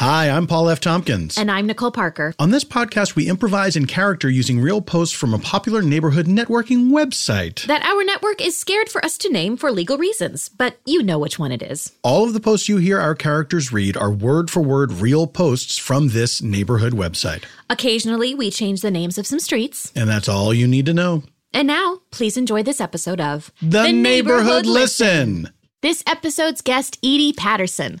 Hi, I'm Paul F. Tompkins. And I'm Nicole Parker. on this podcast, we improvise in character using real posts from a popular neighborhood networking website. That our network is scared for us to name for legal reasons, but you know which one it is. All of the posts you hear our characters read are word for word real posts from this neighborhood website. Occasionally, we change the names of some streets. And that's all you need to know. And now, please enjoy this episode of The, Neighborhood, List. Listen. This episode's guest, Edie Patterson.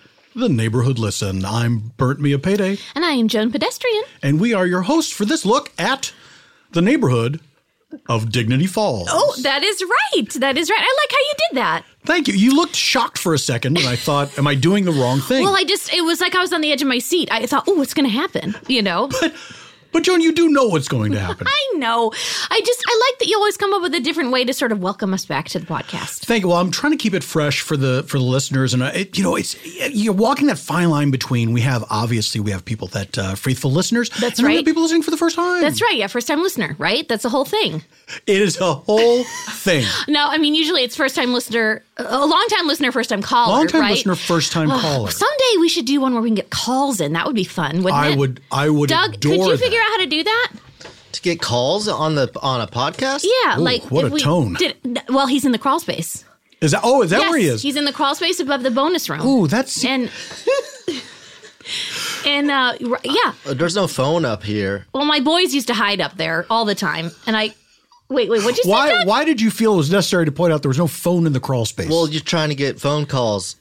The Neighborhood Listen. I'm Bert Mia Payday, And I am Joan Pedestrian. and we are your hosts for this look at the neighborhood of Dignity Falls. Oh, that is right. That is right. I like how you did that. Thank you. You looked shocked for a second, and I thought, am I doing the wrong thing? Well, I just, it was like I was on the edge of my seat. I thought, oh, what's going to happen? You know? but Joan, you do know what's going to happen. I know. I just, I like that you always come up with a different way to sort of welcome us back to the podcast. Thank you. Well, I'm trying to keep it fresh for the for the listeners, and uh, it, you know, it's you're walking that fine line between we have obviously we have people that uh, faithful listeners. That's and then we have right. People listening for the first time. That's right. Yeah. First time listener, right? That's the whole thing. It is a whole thing. No, I mean, usually it's first time listener, a long time listener, first time caller. Long time right? listener, first time caller. Someday we should do one where we can get calls in. That would be fun, wouldn't I it? would. I would. Doug, could adore you that. figure out how to do that? to get calls on the on a podcast. Yeah, like what if a we tone. Did, well, he's in the crawl space. Is that? Oh, is that yes, where he is? He's in the crawl space above the bonus room. Ooh, that's. and and uh, r- yeah. Uh, There's no phone up here. Well, my boys used to hide up there all the time, and I wait, wait, what'd you say? why? Doug? Why did you feel it was necessary to point out there was no phone in the crawl space? Well, you're trying to get phone calls.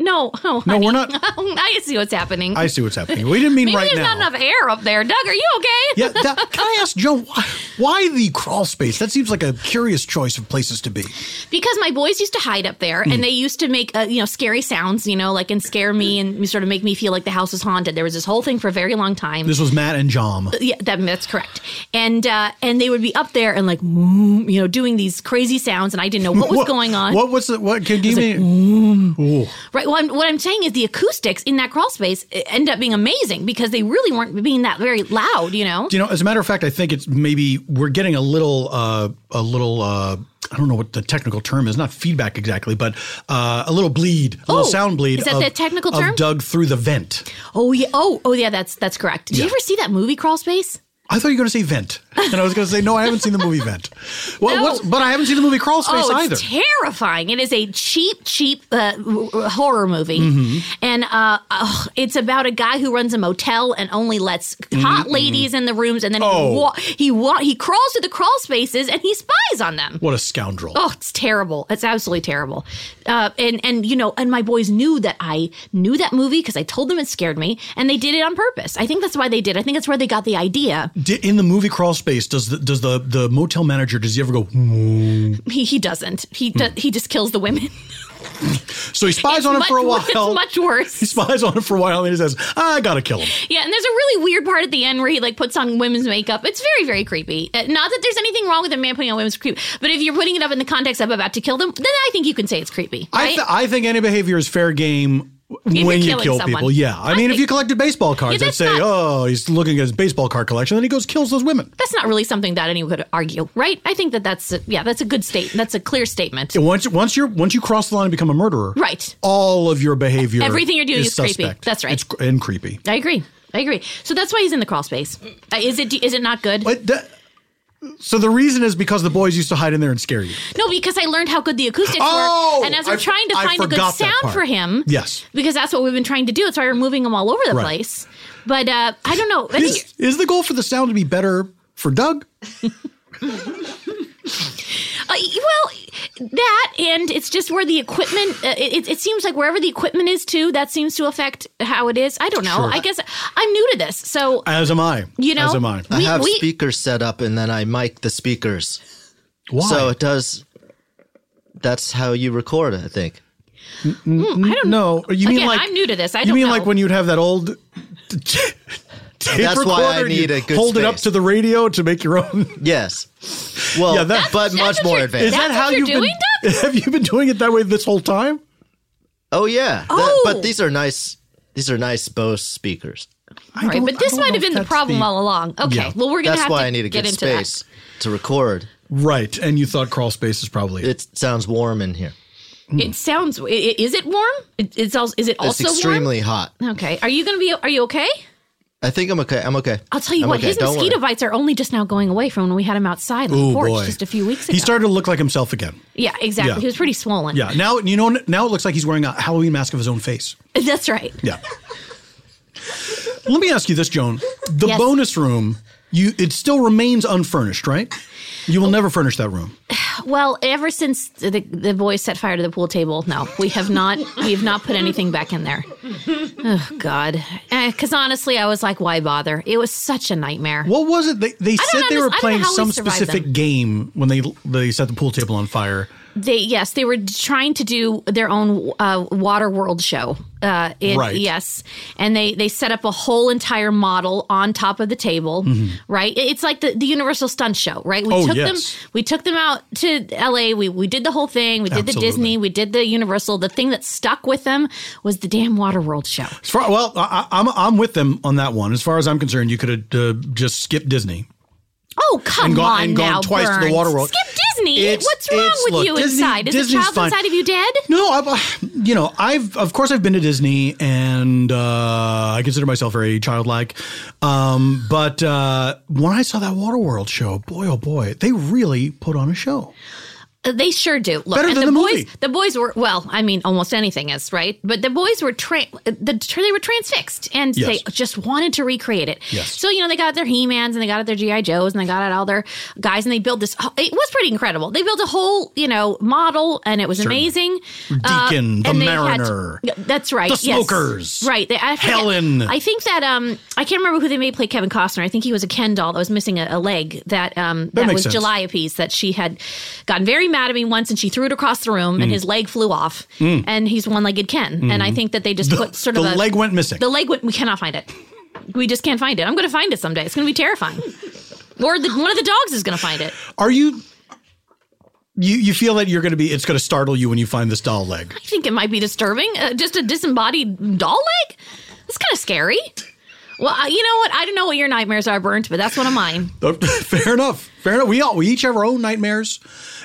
No, oh, no, honey. we're not. I see what's happening. I see what's happening. We didn't mean Maybe right there's now. not enough air up there. Doug, are you okay? yeah. That, can I ask Joan why, why the crawl space? That seems like a curious choice of places to be. because my boys used to hide up there and they used to make uh, you know scary sounds you know like and scare me and sort of make me feel like the house was haunted there was this whole thing for a very long time This was Matt and Jom. yeah, that, that's correct. And uh, and they would be up there and like mm, you know doing these crazy sounds, and I didn't know what was going on. What was it? What can you mean? Ooh. Right. Well, I'm, what I'm saying is the acoustics in that crawl space eh, end up being amazing because they really weren't being that very loud. You know. You know, as a matter of fact, I think it's maybe we're getting a little, uh, a little. Uh, I don't know what the technical term is, not feedback exactly, but uh, a little bleed, a little Oh, sound bleed. is that of, the technical of term? Doug through the vent. Oh yeah. Oh oh yeah. That's that's correct. Did Yeah. you ever see that movie Crawl Space? I thought you were going to say vent, and I was going to say no. I haven't seen the movie Vent. Well, No. what's, but I haven't seen the movie Crawl Space oh, either. It's terrifying. It is a cheap, cheap uh, w- w- horror movie, Mm-hmm. and uh, ugh, it's about a guy who runs a motel and only lets hot ladies in the rooms, and then Oh. he wa- he wa- he crawls through the crawl spaces and he spies on them. what a scoundrel! Oh, it's terrible. It's absolutely terrible. Uh, and and you know, and my boys knew that I knew that movie because I told them it scared me, and they did it on purpose. I think that's why they did. I think that's where they got the idea. Di- in the movie Crawl Space, does the, does the, the motel manager does he ever go? "Hmm." He, he doesn't. He do, he just kills the women. So he spies on him much, for a while. It's much worse. He spies on him for a while, and he says, "Ah, "I gotta kill him." Yeah, and there's a really weird part at the end where he like puts on women's makeup. It's very, very creepy. Uh, Not that there's anything wrong with a man putting on women's creep, but if you're putting it up in the context of about to kill them, then I think you can say it's creepy. I, Right? th- I think any behavior is fair game you're when you killing kill someone. people, yeah. I, I mean, if think- you collected baseball cards, Yeah, I'd that's say, not- oh, he's looking at his baseball card collection, then he goes kills those women. That's not really something that anyone could argue, right? I think that that's a, yeah, that's a good state. That's a clear statement. Once once you're once you cross the line and become a murderer, Right. All of your behavior, Everything you're doing is, is creepy. suspect. That's right. It's cr- and creepy. I agree. I agree. So that's why he's in the crawl space. Uh, Is it is it not good? But that, so the reason is because the boys used to hide in there and scare you. No, because I learned how good the acoustics Oh! were, and as I'm I- trying to I find a good forgot that sound part. for him, Yes. because that's what we've been trying to do. That's why we're moving him all over the Right. place. But uh, I don't know. I think- Is, is the goal for the sound to be better for Doug? Uh, well, that and it's just where the equipment. Uh, it, it seems like wherever the equipment is too, that seems to affect how it is. I don't know. Sure. Uh, I guess I'm new to this, so As am I. you know, as am I. I We, have we- speakers set up and then I mic the speakers. Why? So it does. That's how you record, I think. I don't know. You mean again, like I'm new to this. I you don't mean know. like when you'd have that old. tape That's why I recorder and need you a good hold it up space. to the radio to make your own. Yes. Well, Yeah, that- but much what more you're- advanced. That's what you're doing, been? Have you been doing it that way this whole time? oh yeah. That- Oh. but these are nice. These are nice Bose speakers. I Right, don't- but I this don't might know have if been the that's problem all along. Okay, Yeah. well, we're gonna That's have why to I need a get good into space to record. Right, and you thought crawl space is probably it. It sounds warm in here. Hmm. that. It sounds. i- i- Is it warm? It- It's also. Is it It's also extremely hot. warm? Okay. Are you gonna be? Are you okay? I think I'm okay. I'm okay. I'll tell you I'm what. okay. His Don't mosquito worry. bites are only just now going away from when we had him outside on Ooh, the porch boy. just a few weeks ago. He started to look like himself again. Yeah, exactly. Yeah. He was pretty swollen. Yeah. Now you know. Now it looks like he's wearing a Halloween mask of his own face. That's right. Yeah. Let me ask you this, Joan. The Yes. bonus room, you it still remains unfurnished, right? You will never furnish that room. Well, ever since the the boys set fire to the pool table, no, we have not we have not put anything back in there. Oh God, because honestly, I was like, why bother? It was such a nightmare. What was it? They, they said don't they were understand- I don't know playing how we some survived specific them. game when they they set the pool table on fire. They yes, they were trying to do their own uh, water world show. Uh, in, Right. Yes, and they they set up a whole entire model on top of the table. Right. It- It's like the, the Universal stunt show. Right. We Mm-hmm. Oh, took yes. them. We took them out to L.A. We we did the whole thing. We did Absolutely. the Disney. We did the Universal. The thing that stuck with them was the damn water world show. As far, well, I, I- I'm I'm with them on that one. As far as I'm concerned, you could have uh, just skipped Disney. Oh come And gone- on and gone now, twice to the Burns. water world. Skip Disney. It's- What's wrong it's- with look, you Disney- inside? Is the Disney's child fine. inside of you dead? No, I've, uh, you know, I've of course I've been to Disney, and uh, I consider myself very childlike. Um, but uh, when I saw that Waterworld show, boy oh boy, they really put on a show. They sure do. Look, Better and than the, the boys. movie. The boys were well. I mean, almost anything is right, but the boys were tra- the they were transfixed, and Yes. they just wanted to recreate it. Yes. So you know they got out their He Mans and they got out their GI Joes and they got out all their guys and they built this. It was pretty incredible. They built a whole you know model and it was amazing. Uh, Deacon, the and they had- Mariner. Yeah, that's right. The yes. Smokers. Right. They, I forget- Helen. I think that um I can't remember who they made play Kevin Costner. I think he was a Ken doll that was missing a, a leg. That um that, makes was sense. Jalliope's that she had gotten very mad at me once and she threw it across the room Mm. and his leg flew off and he's one legged Ken. And I think that they just put sort the of a leg went missing. the leg went we cannot find it. We just can't find it. I'm gonna find it someday. It's gonna be terrifying. Or the, one of the dogs is going to find it. Are you? You you feel that you're going to be? It's going to startle you when you find this doll leg. I think it might be disturbing. Uh, just a disembodied doll leg? That's kind of scary. Well, I- you know what? I don't know what your nightmares are, Burnt, but that's one of mine. fair enough. Fair enough. We all we each have our own nightmares,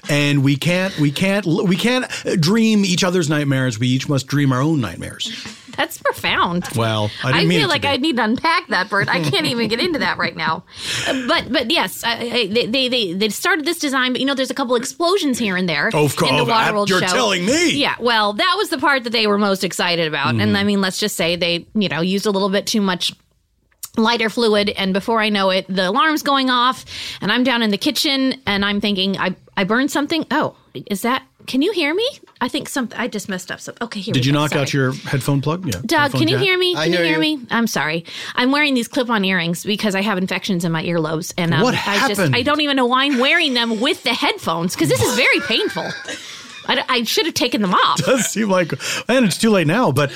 and we can't we can't we can't dream each other's nightmares. We each must dream our own nightmares. That's profound. Well, I didn't I mean it feel to like be. I need to unpack that, Bert. I can't even get into that right now. Uh, But but yes, I, I, they, they they they started this design, but you know, there's a couple explosions here and there Of course. in the Waterworld You're show. telling me. Mm. Yeah, well, that was the part that they were most excited about, and I mean, let's just say they you know used a little bit too much lighter fluid and before i know it the alarm's going off and i'm down in the kitchen and i'm thinking i i burned something oh is that can you hear me i think something i just messed up something okay here Did we you go. knock Sorry. out your headphone plug? Yeah. Doug, headphone can you jack? hear me? I Can you hear hear you. me? I'm sorry. I'm wearing these clip-on earrings because I have infections in my earlobes, and um, What I just happened? I don't even know why I'm wearing them with the headphones because this is very painful. I, I should have taken them off. does seem like, and it's too late now. But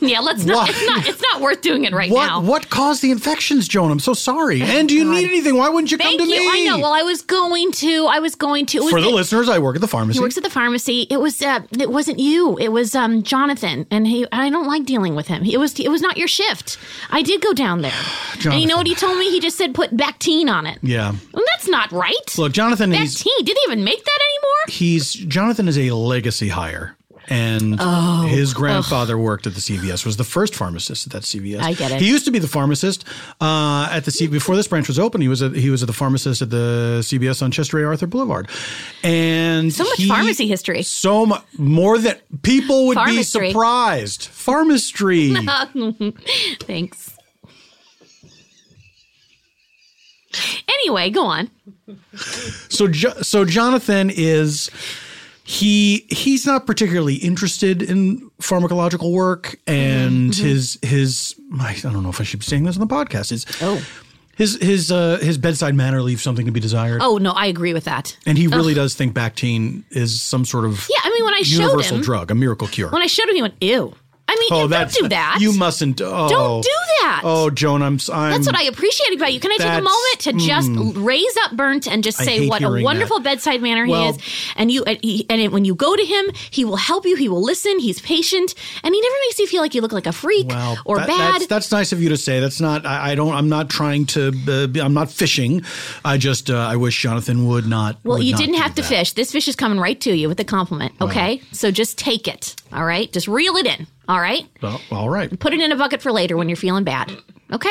yeah, let's Why? not. It's not. It's not worth doing it right what now. Oh, what caused the infections, Joan? I'm so sorry. And do you need anything? Why wouldn't you Thank come to you. me? I know. Well, I was going to. I was going to. It was For the it- listeners, I work at the pharmacy. He works at the pharmacy. It was uh, it wasn't you. It was um, Jonathan, and he. I don't like dealing with him. It was it was not your shift. I did go down there, and you know what he told me? He just said put Bactine on it. yeah. Well, that's not right. Look, Jonathan, he's Bactine. Did they even make that anymore? he's Jonathan is a legacy hire. And Oh, his grandfather worked at the CVS, was the first pharmacist at that CVS. I get it. He used to be the pharmacist uh, at the C before this branch was open. He was a, he was the pharmacist at the CVS on Chester A. Arthur Boulevard, and So much he- pharmacy history. So much more that people would be Pharmastry. surprised. Pharmastry. Thanks. Anyway, go on. So jo- so Jonathan is he he's not particularly interested in pharmacological work and Mm-hmm. his his I don't know if I should be saying this on the podcast is oh his his uh, his bedside manner leaves something to be desired Oh no, I agree with that. and he really does think Bactine is some sort of Yeah, I mean when I showed universal him drug a miracle cure Oh, when I showed him, he went ew. I mean, you don't do that. you mustn't oh, Don't do that. oh Joan I'm, s- I'm That's what I appreciate about you. Can I take a That's- mm. moment to just raise up Burnt and just I say hate what a hearing wonderful that. bedside manner Well- he is? And you and, he- and when you go to him, he will help you. He will listen. He's patient, and he never makes you feel like you look like a freak Wow, or that- bad. That's, that's nice of you to say. That's not. I, I don't. I'm not trying to. Uh, be- I'm not fishing. I just. Uh, I wish Jonathan would not. well, would you not didn't do have to that. fish. This fish is coming right to you with a compliment. Okay, so just take it. All right, just reel it in. All right, Well, all right. put it in a bucket for later when you're feeling bad. Okay.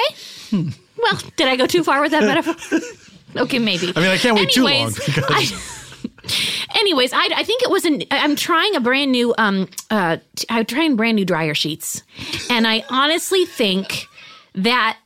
Hmm. Well, did I go too far with that metaphor? okay, maybe. I mean, I can't wait Anyways, too long. Because I- anyways, I, I think it was an. I- I'm trying a brand new. Um, uh, t- I'm trying brand new dryer sheets, and I honestly think that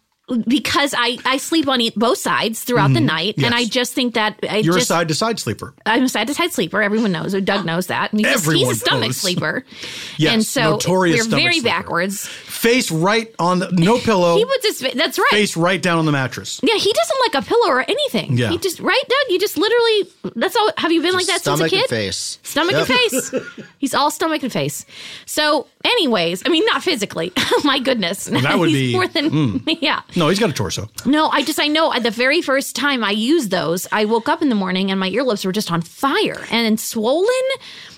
because I I sleep on e- both sides throughout the night, and Mm-hmm. I yes. just think that I you're just a side to side sleeper. I'm a side to side sleeper. Everyone knows. Or Doug knows that. And he's, a- he's Ah, Everyone a stomach knows. sleeper. Yes, and so notorious we're stomach very sleeper. backwards. Face right on the no pillow. He puts his fa- that's right. face right down on the mattress. Yeah, he doesn't like a pillow or anything. Yeah. He just right, Doug. You just literally. That's all. Have you been like that since a Stomach kid? and face. Stomach and face. He's all stomach and face. So, anyways, I mean, not physically. Oh My goodness, that would He's be- mm. more than yeah. No, he's got a torso. No, I just I know the very first time I used those, I woke up in the morning and my earlobes were just on fire and swollen,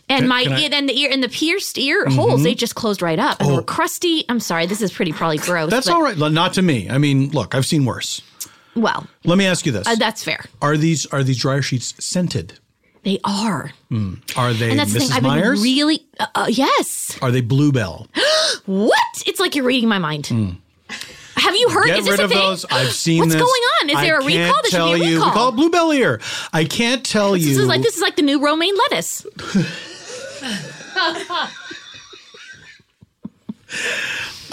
and my can I- Mm-hmm. Oh. and the ear and the pierced ear holes they just closed right up and they were crusty. I'm sorry, this is pretty probably gross. That's but- all right. Not to me. I mean, look, I've seen worse. Well, Let me ask you this: uh, that's fair. Are these are these dryer sheets scented? They are. Are they And that's the Mrs. thing. I've Myers? been really uh, uh, yes. are they Bluebell? What? It's like you're reading my mind. Have you heard? Hmm. Get is this rid a of thing? those. I've seen What's this. going on? Is I there a recall? can't There tell should be a you. recall. We call it bluebell ear. I can't tell you. this is like this is like the new romaine lettuce. Oh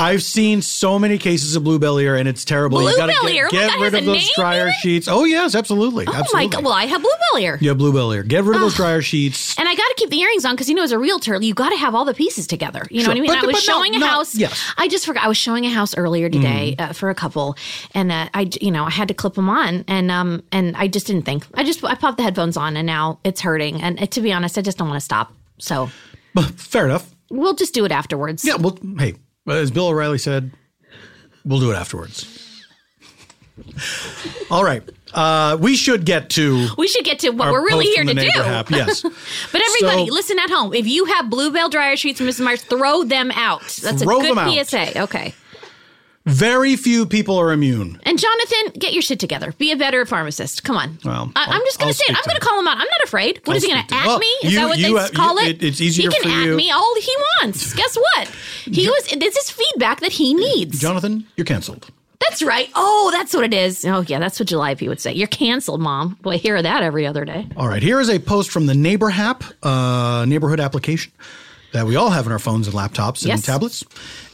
I've seen so many cases of bluebell ear, and it's terrible. you gotta Bluebell get, ear? get What, that rid has of a those name dryer in it? sheets. Oh yes, absolutely. Oh my god! Well, I have bluebell ear, yeah, bluebell ear. Get rid of those dryer sheets. and I got to keep the earrings on because you know, as a realtor, you got to have all the pieces together. You know Sure. what I mean? But- I was but no, showing a no, house. yes. Mm. I just forgot. I was showing a house earlier today uh, for a couple, and uh, I, you know, I had to clip them on, and um, and I just didn't think. I just I popped the headphones on, and now it's hurting. And uh, to be honest, I just don't want to stop. So Fair enough. we'll just do it afterwards. Yeah. Well, hey, as Bill O'Reilly said, we'll do it afterwards. All right. Uh, we should get to. We should get to what our we're really post here from to the do. neighbor hap. Yes. But everybody, So- listen at home. If you have bluebell dryer sheets from Mrs. Myers, throw them out. That's Throw a good them out. PSA. Okay. Very few people are immune. And Jonathan, get your shit together. Be a better pharmacist. Come on. Well, I, am I'll- just going I'll to say it. speak I'm to going to him. call him out. I'm not afraid. What I'll is he going speak to to him. at Well, me? Is you- that what you they have- call you- it? it- it's easier He can for at you- me all he wants. Guess what? He was. This is feedback that he needs. Jonathan, you're canceled. that's right. Oh, that's what it is. Oh yeah, that's what July P would say. You're canceled, mom. Boy, I hear that every other day. All right, here is a post from the Neighbor Hap, uh, neighborhood application that we all have in our phones and laptops and Yes. tablets.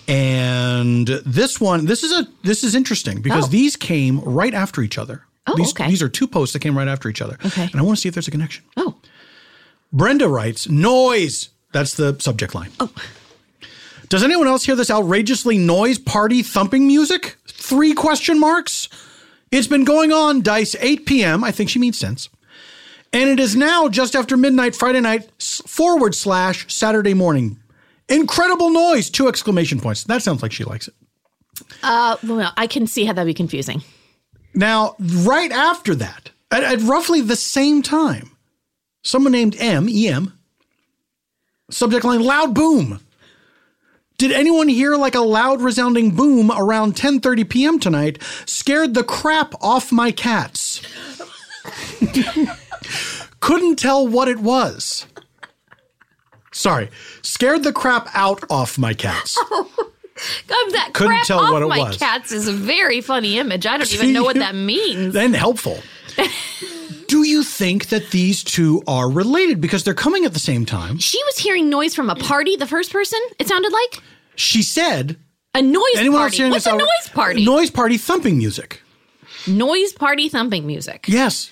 And this one, this is a this is interesting because Oh. these came right after each other. Oh, these, okay. These are two posts that came right after each other. Okay. And I want to see if there's a connection. Oh, Brenda writes, noise. That's the subject line. Oh. Does anyone else hear this outrageously noise party thumping music? Three question marks. It's been going on, dice 8 p.m. I think she means since. And it is now just after midnight Friday night s- forward slash Saturday morning. Incredible noise! Two exclamation points. That sounds like she likes it. uh, Well, I can see how that'd be confusing. Now, right after that, at, at roughly the same time, someone named M, EM, subject line loud boom. Did anyone hear like a loud resounding boom around 10:30 p.m. tonight? Scared the crap off my cats. Couldn't tell what it was. Sorry. Scared the crap out off my cats. God, that Couldn't crap tell off what it my was. cats is a very funny image. I don't even know what that means. and helpful. Do you think that these two are related because they're coming at the same time? She was hearing noise from a party. The first person, it sounded like She said, a noise "Anyone else party. hearing What's this? a out- noise party? Noise party thumping music. noise party thumping music. Yes.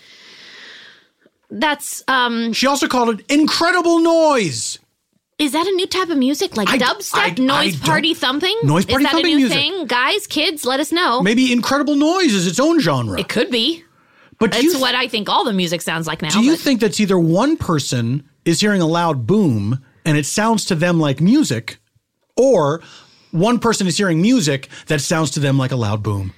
That's um. She also called it incredible noise. Is that a new type of music like I- dubstep I- I noise don't- party thumping? Noise party is that thumping a new music. thing, guys? Kids, let us know. Maybe incredible noise is its own genre. It could be. but do That's you, what I think all the music sounds like now. do you but- think that's either one person is hearing a loud boom and it sounds to them like music, or one person is hearing music that sounds to them like a loud boom?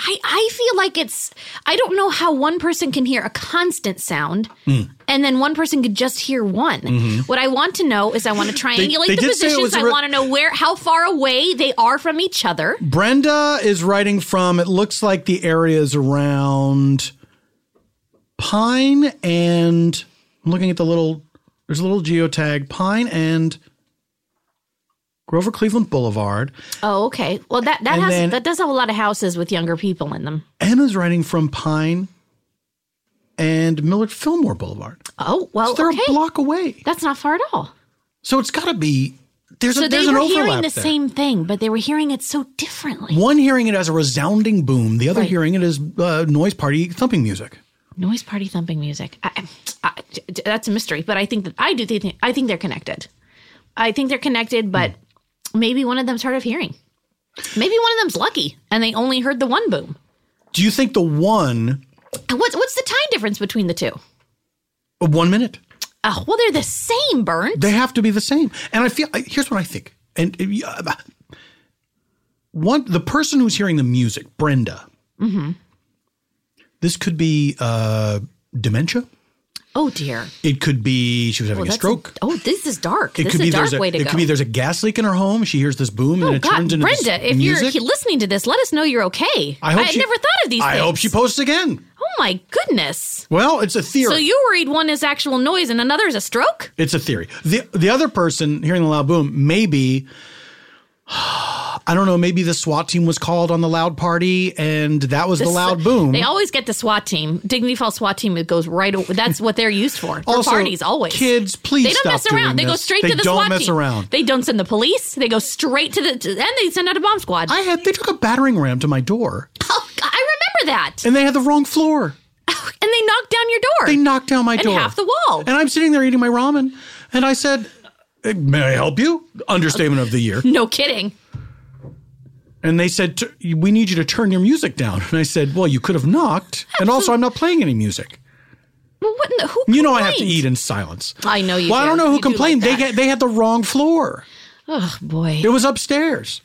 I, I feel like it's I don't know how one person can hear a constant sound Hmm. and then one person could just hear one. What I want to know is I want to triangulate Mm-hmm. they the did say it was positions. a I re- want to know where how far away they are from each other. Brenda is writing from, it looks like the areas around Pine and I'm looking at the little, there's a little geotag, Pine and Grover Cleveland Boulevard. Oh, okay. Well that that And has then- that does have a lot of houses with younger people in them. Emma's writing from Pine and Millard Fillmore Boulevard. Oh, well So they're okay. a block away. That's not far at all. So it's got to be, there's, So a, there's they an were overlap. hearing the there. same thing, but they were hearing it so differently. One hearing it as a resounding boom, the other Right. hearing it as uh, noise party thumping music. Noise party thumping music. I, I, I- that's a mystery, but I think that I do think I think they're connected. I think they're connected, but maybe one of them's hard of hearing. Maybe one of them's lucky and they only heard the one boom. Do you think the one, And What's what's the time difference between the two? uh, one minute? Oh, well, they're the same, Burnt. They have to be the same. And I feel I- here's what I think. And uh, one the person who's hearing the music, Brenda. Mm-hmm. This could be uh, dementia. oh dear. It could be she was having Well, a that's a- stroke. oh, this is dark. it this could is be a dark there's a way to it go. could be there's a gas leak in her home. She hears this boom and oh it God, turns into this Brenda, if music. you're listening to this, let us know you're okay. I hope had she- never thought of these. I things. hope she posts again. Oh my goodness. Well, it's a theory. So you're worried one is actual noise and another is a stroke? It's a theory. The the other person hearing the loud boom, maybe I don't know, maybe the SWAT team was called on the loud party and that was the, loud boom. They always get the SWAT team. Dignity Falls SWAT team it goes right away. That's what they're used for. For Also, parties always. Kids, please they don't stop mess around. doing They go this. straight They to the don't SWAT mess team. around. They don't send the police. They go straight to the to- and they send out a bomb squad. I had they took a battering ram to my door oh, I remember that. and they had the wrong floor. And they knocked down your door. They knocked down my and door. half the wall. And I'm sitting there eating my ramen and I said, "Eh, "May I help you?" Understatement of the year. no kidding. And they said, "Tur- "We need you to turn your music down." And I said, "Well, you could have knocked, and also I'm not playing any music." Well, what in the, who You know I have to complained? eat in silence. I know you Well, I do. don't know who You do like complained. that. they had, they had the wrong floor. Oh boy. It was upstairs.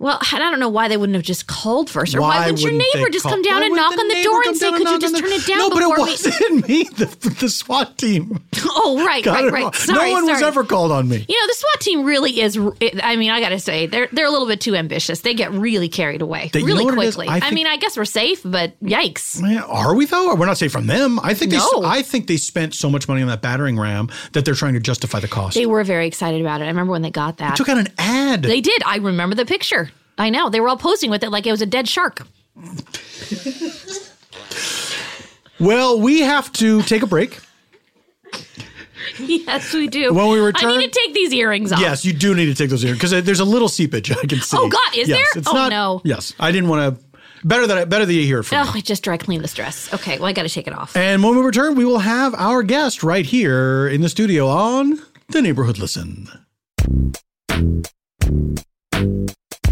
Well, and I don't know why they wouldn't have just called first, or why, wouldn't your wouldn't they neighbor just call- come down Why and wouldn't knock on the neighbor door come and say, down "Could you knock just on turn the- it down?" No, but before it we-" wasn't me. The, the SWAT team. Oh, right, got it right, wrong. right. Sorry, no one was sorry. ever called on me. You know, the SWAT team really is. I mean, I got to say, they're they're a little bit too ambitious. They get really carried away They- you really know what it is? quickly. I I, think- Mm. mean, I guess we're safe, but yikes! Man, are we though? We're not safe from them. I think No. they. I think they spent so much money on that battering ram that they're trying to justify the cost. They were very excited about it. I remember when they got that. took out an ad. they did. I remember the picture. I know they were all posing with it like it was a dead shark. well, we have to take a break. yes, we do. When we I return- need to take these earrings off. Yes, you do need to take those ears because there's a little seepage I can see. Oh, God, is Yes, there? It's Oh, not, no. Yes, I didn't want to. Better that I- better that you hear it from. me. Oh, I just dry cleaned this dress. Okay, well, I got to take it off. And when we return, we will have our guest right here in the studio on The Neighborhood Listen.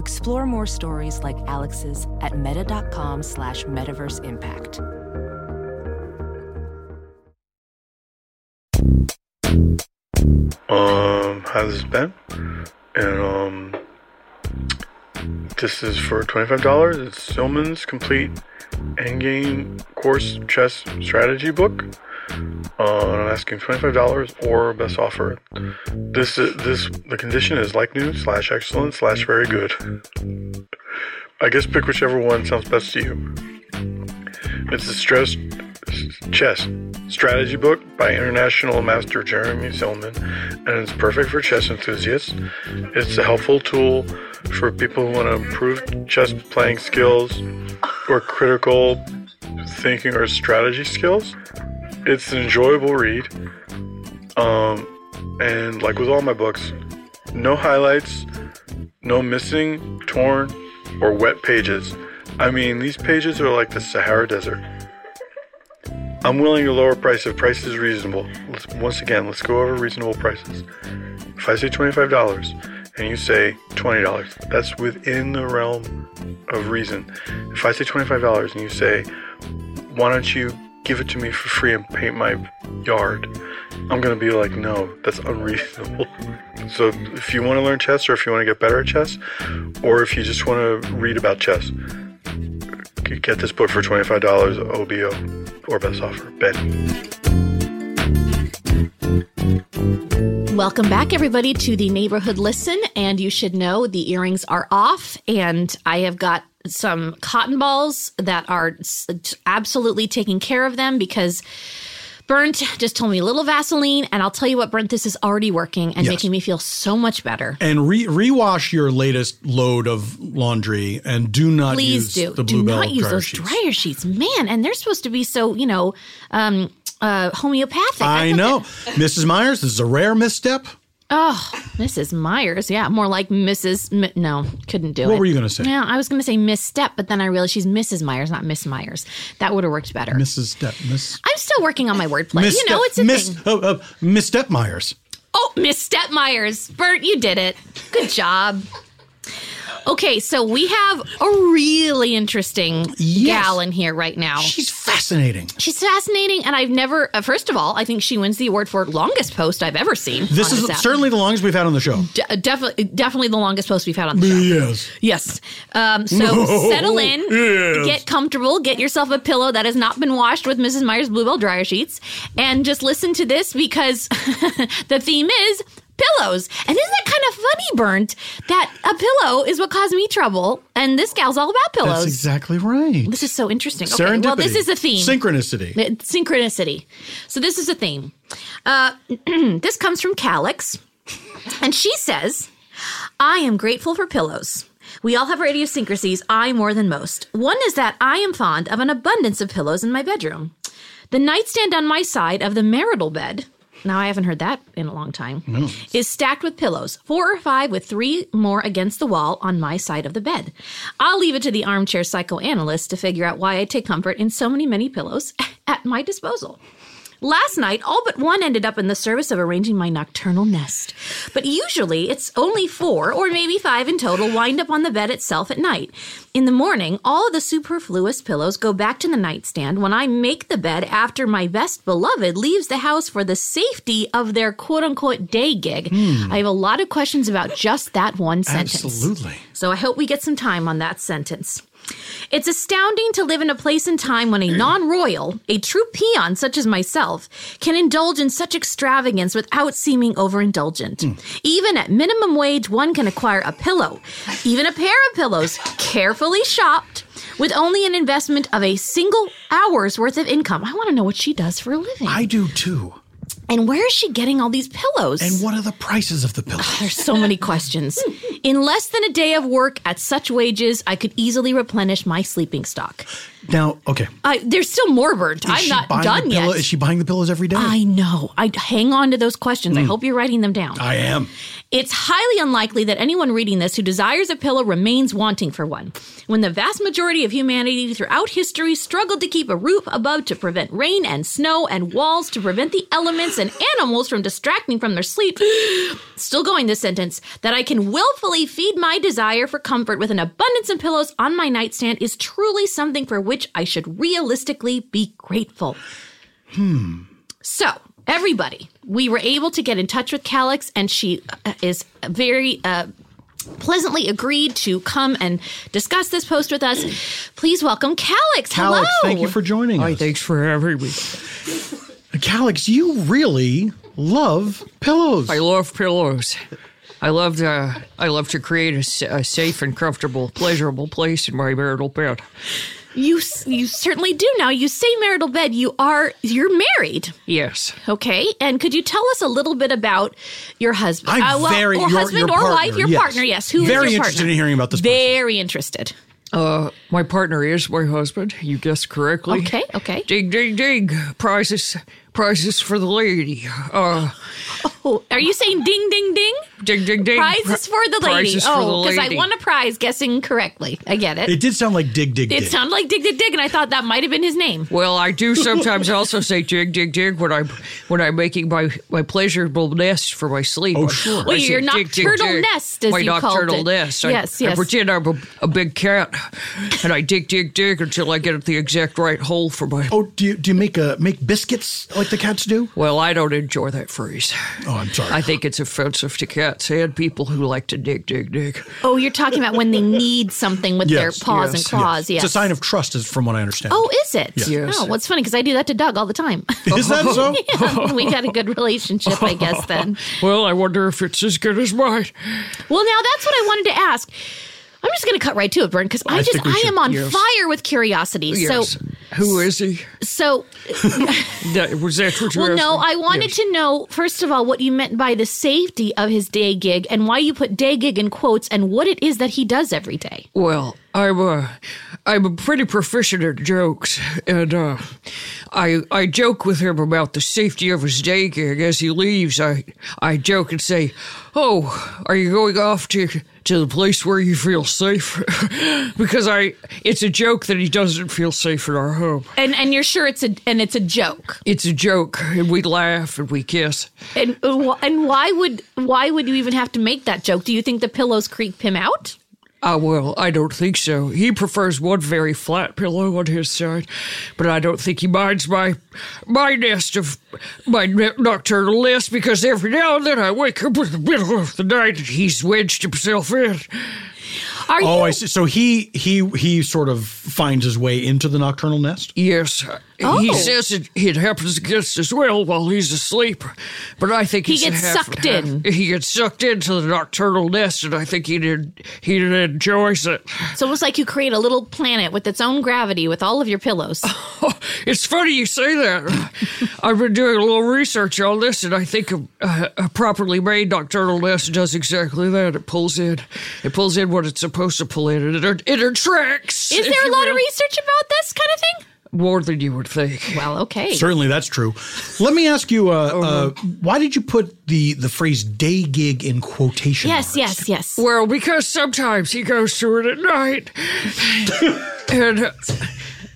Explore more stories like Alex's at meta.com slash metaverse impact. Um, hi, this is Ben, and um, this is for twenty-five dollars. It's Silman's complete endgame course chess strategy book. Uh, and I'm asking twenty-five dollars or best offer. This is this the condition is like new slash excellent slash very good. I guess pick whichever one sounds best to you. It's a stress chess strategy book by international master Jeremy Zillman, and it's perfect for chess enthusiasts. It's a helpful tool for people who want to improve chess playing skills or critical thinking or strategy skills. It's an enjoyable read. Um, and like with all my books, no highlights, no missing, torn, or wet pages. I mean, these pages are like the Sahara Desert. I'm willing to lower price if price is reasonable. Let's, once again, let's go over reasonable prices. If I say $25 and you say $20, that's within the realm of reason. If I say $25 and you say, why don't you give it to me for free and paint my yard? I'm going to be like, no, that's unreasonable. so if you want to learn chess or if you want to get better at chess or if you just want to read about chess, get this book for $25 OBO or best offer. Ben. Welcome back, everybody, to the neighborhood listen. And you should know the earrings are off, and I have got some cotton balls that are s- absolutely taking care of them because. Burnt just told me a little Vaseline, and I'll tell you what, Burnt, this is already working and Yes. making me feel so much better. And re rewash your latest load of laundry, and do not Please use do. the do bluebell not use dryer those sheets. dryer sheets, man. And they're supposed to be so, you know, um, uh, homeopathic. I thought know, Mrs. Myers. This is a rare misstep. Oh, Mrs. Myers. Yeah, more like Mrs. M- no, couldn't do it. What were you going to say, No, I was going to say misstep, but then I realized she's Mrs. Myers, not Miss Myers. That would have worked better. Mrs. Step? Miss. I'm still working on my wordplay. Miss you know, Step- it's a Miss, thing. Oh, oh, Miss Step Myers. Oh, Misstep Myers. Bert, you did it. Good job. Okay, so we have a really interesting Yes. gal in here right now. She's fascinating. She's fascinating, and I've never. Uh, first of all, I think she wins the award for longest post I've ever seen. This on is this app. certainly the longest we've had on the show. De- definitely, definitely the longest post we've had on the show. Yes. Yes. Um, so settle in, get comfortable, get yourself a pillow that has not been washed with Mrs. Meyer's Bluebell dryer sheets, and just listen to this because the theme is pillows. And isn't that kind of funny, Burnt, that a pillow is what caused me trouble, and this gal's all about pillows. That's exactly right. this is so interesting. Okay, Serendipity. well, this is a theme. Synchronicity. Uh, synchronicity. So this is a theme. Uh, this comes from Calix, and she says, "I am grateful for pillows." We all have our idiosyncrasies, I more than most. One is that I am fond of an abundance of pillows in my bedroom. The nightstand on my side of the marital bed, now I haven't heard that in a long time, is stacked with pillows, four or five with three more against the wall on my side of the bed. I'll leave it to the armchair psychoanalyst to figure out why I take comfort in so many, many pillows at my disposal. Last night, all but one ended up in the service of arranging my nocturnal nest. But usually, it's only four or maybe five in total wind up on the bed itself at night. In the morning, all of the superfluous pillows go back to the nightstand when I make the bed after my best beloved leaves the house for the safety of their quote unquote day gig. I have a lot of questions about just that one sentence. Absolutely. So I hope we get some time on that sentence. It's astounding to live in a place and time when a non royal, a true peon such as myself, can indulge in such extravagance without seeming overindulgent. Even at minimum wage, one can acquire a pillow, even a pair of pillows, carefully shopped, with only an investment of a single hour's worth of income. I want to know what she does for a living. I do too. And where is she getting all these pillows? And what are the prices of the pillows? Oh, There's so many questions. In less than a day of work at such wages, I could easily replenish my sleeping stock. Now, okay. I there's still more burnt. Is I'm she not buying the done pillow- yet. Is she buying the pillows every day? I know. I hang on to those questions. I Hmm. hope you're writing them down. I am. It's highly unlikely that anyone reading this who desires a pillow remains wanting for one. When the vast majority of humanity throughout history struggled to keep a roof above to prevent rain and snow and walls to prevent the elements and animals from distracting from their sleep. Still going this sentence that I can willfully feed my desire for comfort with an abundance of pillows on my nightstand is truly something for which I should realistically be grateful. So, everybody, we were able to get in touch with Calix, and she uh, is very uh, pleasantly agreed to come and discuss this post with us. Please welcome Calix. Hello. Alex, thank you for joining us. thanks for having me. Calix, you really love pillows. I love pillows. I love to, I love to create a, s- a safe and comfortable, pleasurable place in my marital bed. You s- you certainly do now. You say marital bed. You are you're married, Yes. okay? And could you tell us a little bit about your husband? I'm Uh, well, very your, or husband your or partner, wife, your yes. partner. Yes, who is very your interested partner? in hearing about this. person. Very interested. Uh, my partner is my husband. You guessed correctly. Okay, okay. Ding, ding, ding. Prizes, prizes for the lady. Uh, Oh, are you saying ding ding ding? ding, ding, ding. prizes for the lady. Prizes for oh, the because I lady. won a prize guessing correctly. I get it. It It, did sound like dig, dig, dig. sounded like dig dig dig, and I thought that might have been his name. Well, I do sometimes also say dig, dig, dig when I'm when I'm making my my pleasurable nest for my sleep. Oh, sure. I Well, say, your "Dig, dig, nocturnal dig," nest, as my you called nocturnal it. nest. I- Yes, I yes. pretend I'm a, a big cat, and I dig, dig, dig until I get the exact right hole for my. oh, do you, do you make uh, make biscuits like the cats do? Well, I don't enjoy that phrase. Oh, I'm sorry. I think it's offensive to cats and people who like to dig, dig, dig. Oh, you're talking about when they need something with their Yes, paws and claws. Yes. It's a sign of trust, is from what I understand. Oh, is it? Yes. Oh, well, it's funny because I do that to Doug all the time. is that so? Yeah, we got a good relationship, I guess, then. Well, I wonder if it's as good as mine. Well, now that's what I wanted to ask. I'm just going to cut right to it, Bern, because I, I just, think we I should. am on Yes. fire with curiosity. Yes. So, who is he? so That, was that what you Well, asked no, me? I wanted Yes. to know, first of all, what you meant by the safety of his day gig and why you put day gig in quotes and what it is that he does every day. Well, I'm uh, I'm pretty proficient at jokes, and uh, I I joke with him about the safety of his day gig as he leaves. I I joke and say, "Oh, are you going off to to the place where you feel safe?" because I it's a joke that he doesn't feel safe in our home. And and you're sure it's a and it's a joke. It's a joke, and we laugh and we kiss. And uh, wh- and why would why would you even have to make that joke? Do you think the pillows creep him out? Ah, well, I don't think so. He prefers one very flat pillow on his side, but I don't think he minds my my nest of my n- nocturnal nest because every now and then I wake up in the middle of the night and he's wedged himself in. Are Oh, you I see. So he he he sort of finds his way into the nocturnal nest. Yes, Oh. he says it, it happens against his will while he's asleep, but I think He it's a gets half sucked and half. He gets sucked into the nocturnal nest, and I think he did he enjoys it. it's almost like you create a little planet with its own gravity with all of your pillows. Oh, It's funny you say that. I've been doing a little research on this, and I think a, a, a properly made nocturnal nest does exactly that. It pulls in, it pulls in what it's supposed to pull in, and it, it attracts. Is if there a you lot of will. research about this kind of thing? More than you would think. Well, okay. Certainly, that's true. Let me ask you: uh, uh, Why did you put the the phrase "day gig" in quotation? Yes, marks? yes, yes. Well, because sometimes he goes to it at night, and uh,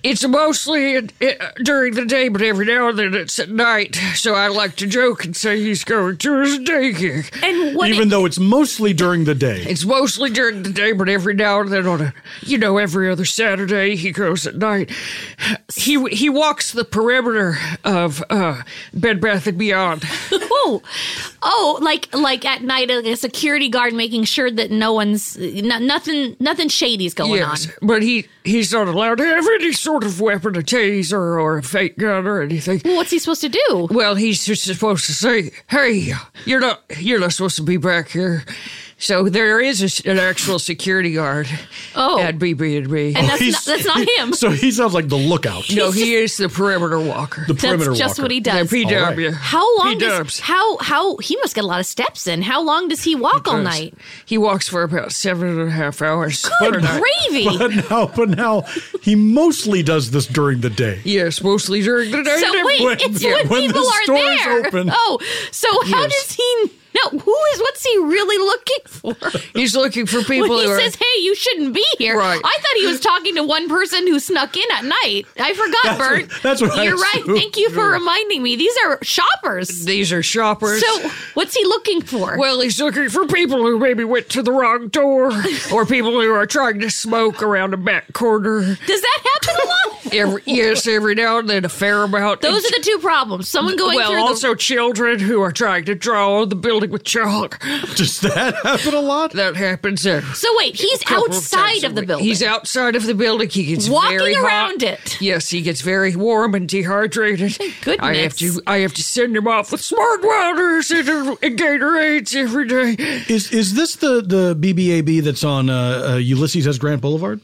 it's mostly in, i during the day, but every now and then it's at night. So I like to joke and say he's going to his day gig. And what Even though it's mostly during the day. It's mostly during the day, but every now and then on a, you know, every other Saturday he goes at night. He he walks the perimeter of uh, Bed Bath and Beyond. Oh, oh, like like at night, like a security guard making sure that no one's no, nothing nothing shady's going yes, on. but he he's not allowed to have any sort of weapon, a taser or a fake gun or anything. Well, what's he supposed to do? Well, he's just supposed to say, "Hey, you're not you're not supposed to be back here." So there is a s an actual security guard oh. at BB&B. And that's not, that's not him. So he sounds like the lookout. no, he is the perimeter walker. The perimeter That's just walker. what he does. Yeah, PW. All right. How long does PWs. how how he must get a lot of steps in? How long does he walk all night? He walks for about seven and a half hours. per Good night. gravy! But now, but now he mostly does this during the day. Yes, mostly during the day. So wait, When- it's yeah, when, when the people are store is there. open. Oh, so how Yes. does he? No, who is? What's he really looking for? He's looking for people When he who says, "Hey, you shouldn't be here," Right. I thought he was talking to one person who snuck in at night. I forgot, Bert. what- that's what I You're right. assumed. Thank you for reminding me. These are are shoppers. these are shoppers. So, what's he looking for? well, he's looking for people who maybe went to the wrong door, or people who are trying to smoke around a back corner. Does that happen a lot? Every, yes, every now and then a fair amount. Those are the two problems. Someone going well, through also children who are trying to draw on the building with chalk. Does that happen a lot? That happens there. the. So wait, he's outside of the building. He's outside of the building. He gets Walking very hot. around it. Yes, he gets very warm and dehydrated. goodness. I have to I have to send him off with smart waters and, uh, and Gatorades every day. Is is this the the BBAB that's on uh, uh, Ulysses S. Grant Boulevard?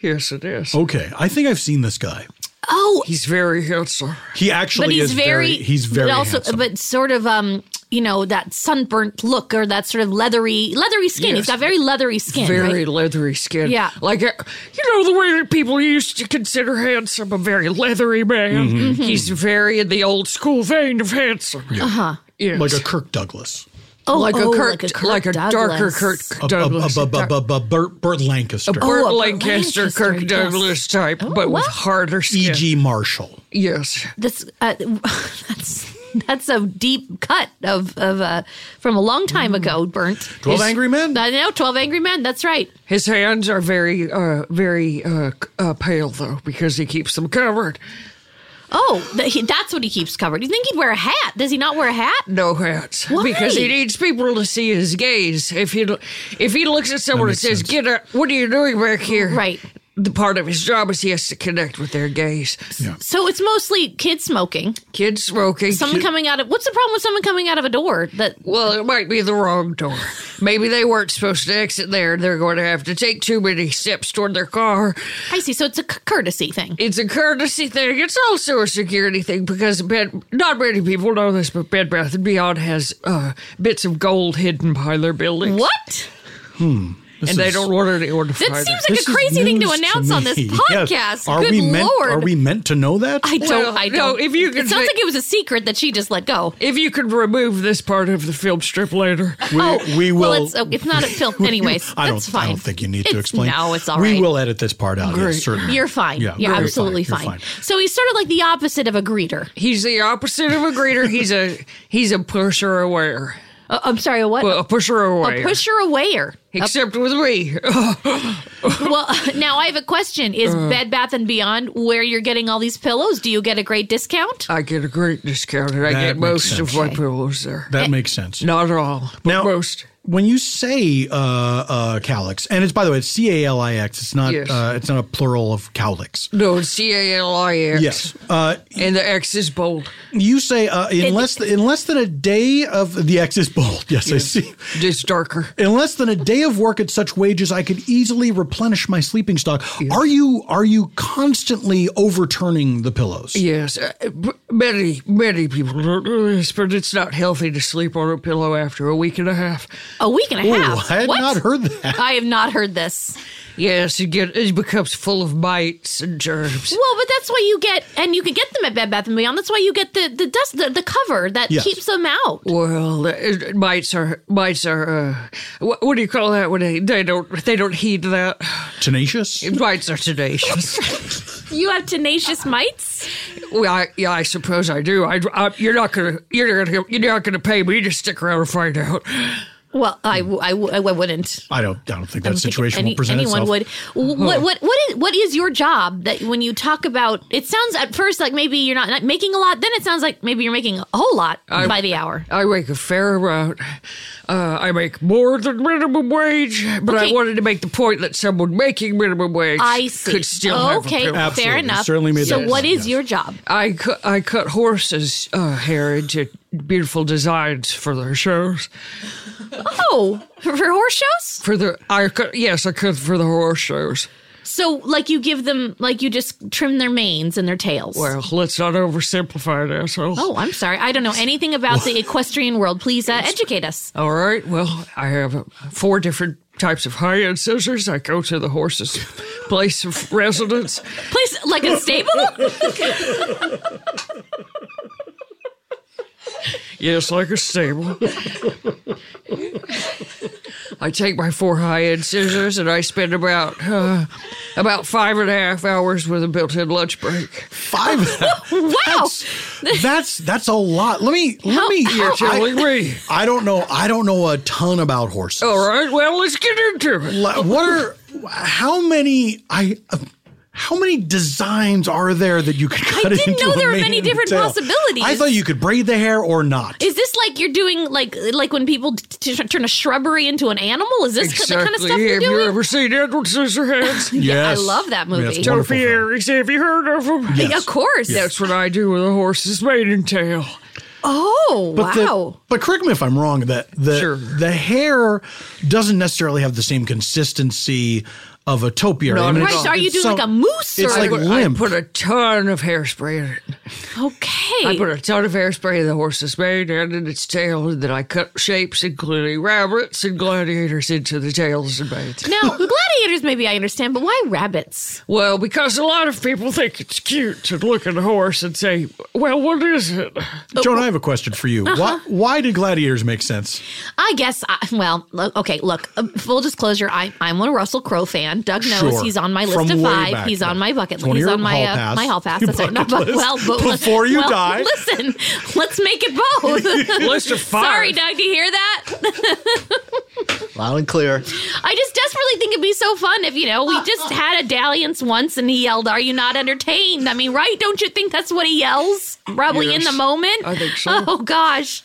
Yes, it is. Okay, I think I've seen this guy. oh, He's very handsome. He actually but he's is very, he's very but also handsome. but sort of um you know that sunburnt look or that sort of leathery leathery skin. He's Yes. got very leathery skin. Very right? leathery skin. Yeah. Like, uh, you know, the way that people used to consider handsome a very leathery man. Mm-hmm. He's very in the old school vein of handsome. Uh Uh-huh. huh. Yes. like a Kirk Douglas, oh, like a oh, Kirk, like a, darker Douglas. Kirk a, a, a, Douglas, a, a, a, a Burt, Burt Lancaster, Burt Oh, a Burt Lancaster, Lancaster, Kirk yes. Douglas type, Oh, but with wow. harder skin. E.G. Marshall. Yes, This uh, that's that's a deep cut of of uh from a long time ago. Burnt. Mm. Twelve Angry Men. I know Twelve Angry Men. That's right. his hands are very, uh, very uh, c- uh, pale though, because he keeps them covered. Oh, that he, that's what he keeps covered. You think he'd wear a hat? Does he not wear a hat? No hats, because Why? he needs people to see his gaze. If he if he looks at someone and makes says, sense. "Get up! What are you doing back here?" Right. The part of his job is he has to connect with their gaze. So it's mostly kids smoking. Kids smoking. Someone coming out of what's the problem with someone coming out of a door that Well, it might be the wrong door. Maybe they weren't supposed to exit there. They're going to have to take too many steps toward their car. I see. So it's a c- courtesy thing. It's a courtesy thing. It's also a security thing because bed, not many people know this, but Bed Bath and Beyond has uh, bits of gold hidden behind their buildings, What? This and they is- don't order any order That for either. seems like this a is crazy thing to news announce on this me. podcast. Yes. Are Good we lord. meant? Are we meant to know that? I don't. Well, I no, don't. if you it could sounds say- like it was a secret that she just let go. if you could remove this part of the film strip later. we, we will. Well, it's, oh, it's not a film. Anyways, I don't. that's fine. I don't think you need to It's- explain. No, it's all right. we will edit this part out. Yes, certainly. You're fine. Yeah, Yeah, you're absolutely fine. fine. You're So he's sort of like the opposite of a greeter. He's the opposite of a greeter. He's a he's a pusher aware. Uh, I'm sorry, a what? Well, a pusher aware. a pusher awayer. Except with me. Well, now I have a question. Is Uh. Bed Bath and Beyond where you're getting all these pillows? Do you get a great discount? I get a great discount and I That get makes most sense. of my Okay. pillows there. That makes sense. Not all, but Now, most. when you say uh, uh, cowlicks, and it's by the way, it's C A L I X. It's not. Yes. Uh, it's not a plural of cowlicks. No, it's C A L I X. Yes. Uh, And the X is bold. you say uh, in less th- in less than a day of the X is bold. Yes, I see. It's darker. In less than a day of work at such wages, I could easily replenish my sleeping stock. Are you are you constantly overturning the pillows? Yes. Uh, b- many, many people don't know this, but it's not healthy to sleep on a pillow after a week and a half. A week and a Ooh, half. I had What? not heard that. I have not heard this. Yes, it, get, it becomes full of mites and germs. Well, but that's why you get, and you can get them at Bed Bath and Beyond. That's why you get the the dust, the, the cover that Yes. keeps them out. Well, uh, mites are mites are uh, what, what do you call that when they, they don't they don't heed that Tenacious. mites are tenacious. You have tenacious mites. Well, I, yeah, I suppose I do. I, I, you're not gonna, you're not gonna, you're not gonna pay me to stick around and find out. Well, I, w- I, w- I wouldn't. I don't. I don't think that I don't think situation will any- present anyone itself. would. Wh- Uh-huh. What what what is what is your job that when you talk about it sounds at first like maybe you're not, not making a lot. Then it sounds like maybe you're making a whole lot by the hour. I make a fair amount. Uh, I make more than minimum wage, but Okay. I wanted to make the point that someone making minimum wage I see. could still okay, have a Absolutely. fair enough. Certainly made so that what point, yes. is your job? I cut, I cut horses' uh, hair into beautiful designs for their shows. Oh, for horse shows? For the I could, yes, I could for the horse shows. So, like, you give them, like, you just trim their manes and their tails. Well, let's not oversimplify it, asshole. Oh, I'm sorry. I don't know anything about the equestrian world. Please uh, educate us. All right. Well, I have uh, four different types of high end scissors. I go to the horse's place of residence. Please, like a stable? Yes, like a stable. I take my four high-end scissors and I spend about uh, about five and a half hours with a built-in lunch break. Five. wow. That's that's a lot. Let me let me You're telling me. I don't know. I don't know a ton about horses. Oh, All right. Well, let's get into it. Li- What are how many I uh, how many designs are there that you could cut didn't into know a there were mane many and a different tail? possibilities. I thought you could braid the hair or not. Is this like you're doing, like, like when people t- t- turn a shrubbery into an animal? Is this the kind of stuff you're Have you doing? ever seen Edward Scissorhands? Yeah, I Yes. love that Yeah, it's movie. a Joe wonderful film. Fieri's. Have you heard of him? Yes. Of course. That's what I do with a horse's maiden tail. Oh, But the- wow. but correct me if I'm wrong. That the Sure. the hair doesn't necessarily have the same consistency of a topiary. Not at Right, all. so are you it's doing some- like a moose it's or like I put, I limp. put a ton of hairspray in it. okay? I put a ton of hairspray in the horse's mane and in its tail, and then I cut shapes, including rabbits and gladiators, into the tails and manes. now, gladiators, maybe I understand, but why rabbits? Well, because a lot of people think it's cute to look at a horse and say, well, what is it? Joan, I have a question for you. Why why did gladiators make sense? I guess. I, well, lo- okay. Look, uh, full disclosure. I, I'm a Russell Crowe fan. Doug knows Sure. he's on my list From of way five. back he's on then. my bucket It's one list. of He's your on my hall uh, pass. my hall pass. Your That's right. Not bucket bu- well, list. but Before you well, die. Listen, let's make it both. List of five. Sorry, Doug. Do you hear that? Loud and clear. I just desperately think it'd be so fun if, you know, we just had a dalliance once and he yelled, Are you not entertained? I mean, right? Don't you think that's what he yells? Probably in Yes, the moment? I think so. Oh, gosh.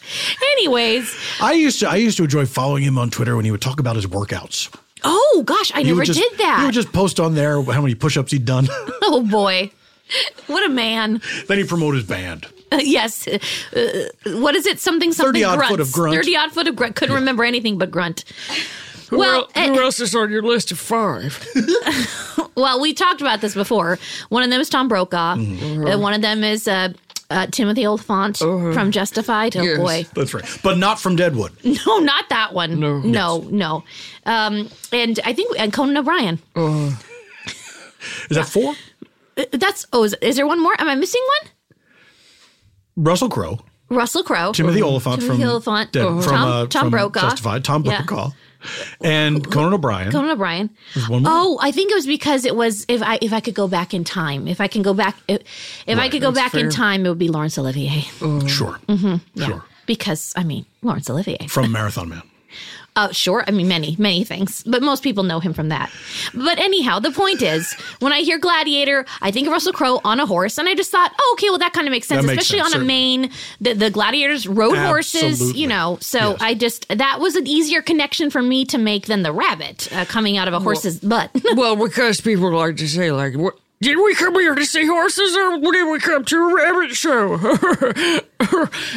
Anyways, I used to I used to enjoy following him on Twitter when he would talk about his workouts. oh, gosh, I He never would just, did He that. would just post on there how many push-ups he'd done. oh, boy. What a man. then he promoted his band. yes. Uh, what is it? Something, something 30-odd foot grunts. of grunt. 30 odd foot of grunt. Couldn't remember anything but grunt. Who, Well, el- who eh. else is on your list of five? Well, we talked about this before. One of them is Tom Brokaw. Mm-hmm. Uh, one of them is uh, uh, Timothy Oldfont from Justified. Oh, Yes. boy. That's right. But not from Deadwood. No, not that one. No, no, no. Um, and I think and Conan O'Brien. Oh. Is that four? Uh, That's oh, is, is there one more? Am I missing one? Russell Crowe, Russell Crowe, Oh. Timothy Oliphant Timothy from, Oliphant, Oh. Dead- Tom, from, uh, Tom from Brokaw, Justified, Tom Yeah. Brokaw, and Conan O'Brien. Conan O'Brien. one more. Oh, I think it was because it was if I if I could go back in time, if I can go back, if, if I could go back in time, it would be Laurence Olivier. Oh. Sure. Mm-hmm. Sure. Because I mean Laurence Olivier. From Marathon Man. Uh, sure. I mean, many, many things, but most people know him from that. But anyhow, the point is, when I hear Gladiator, I think of Russell Crowe on a horse, and I just thought, oh, okay, well, that kind of makes sense, That makes especially sense, on a certainly. main. The, the gladiators rode horses, Absolutely. you know. So Yes. I just that was an easier connection for me to make than the rabbit uh, coming out of a horse's butt. well, because people like to say, like, what? Did we come here to see horses, or did we come to a rabbit show?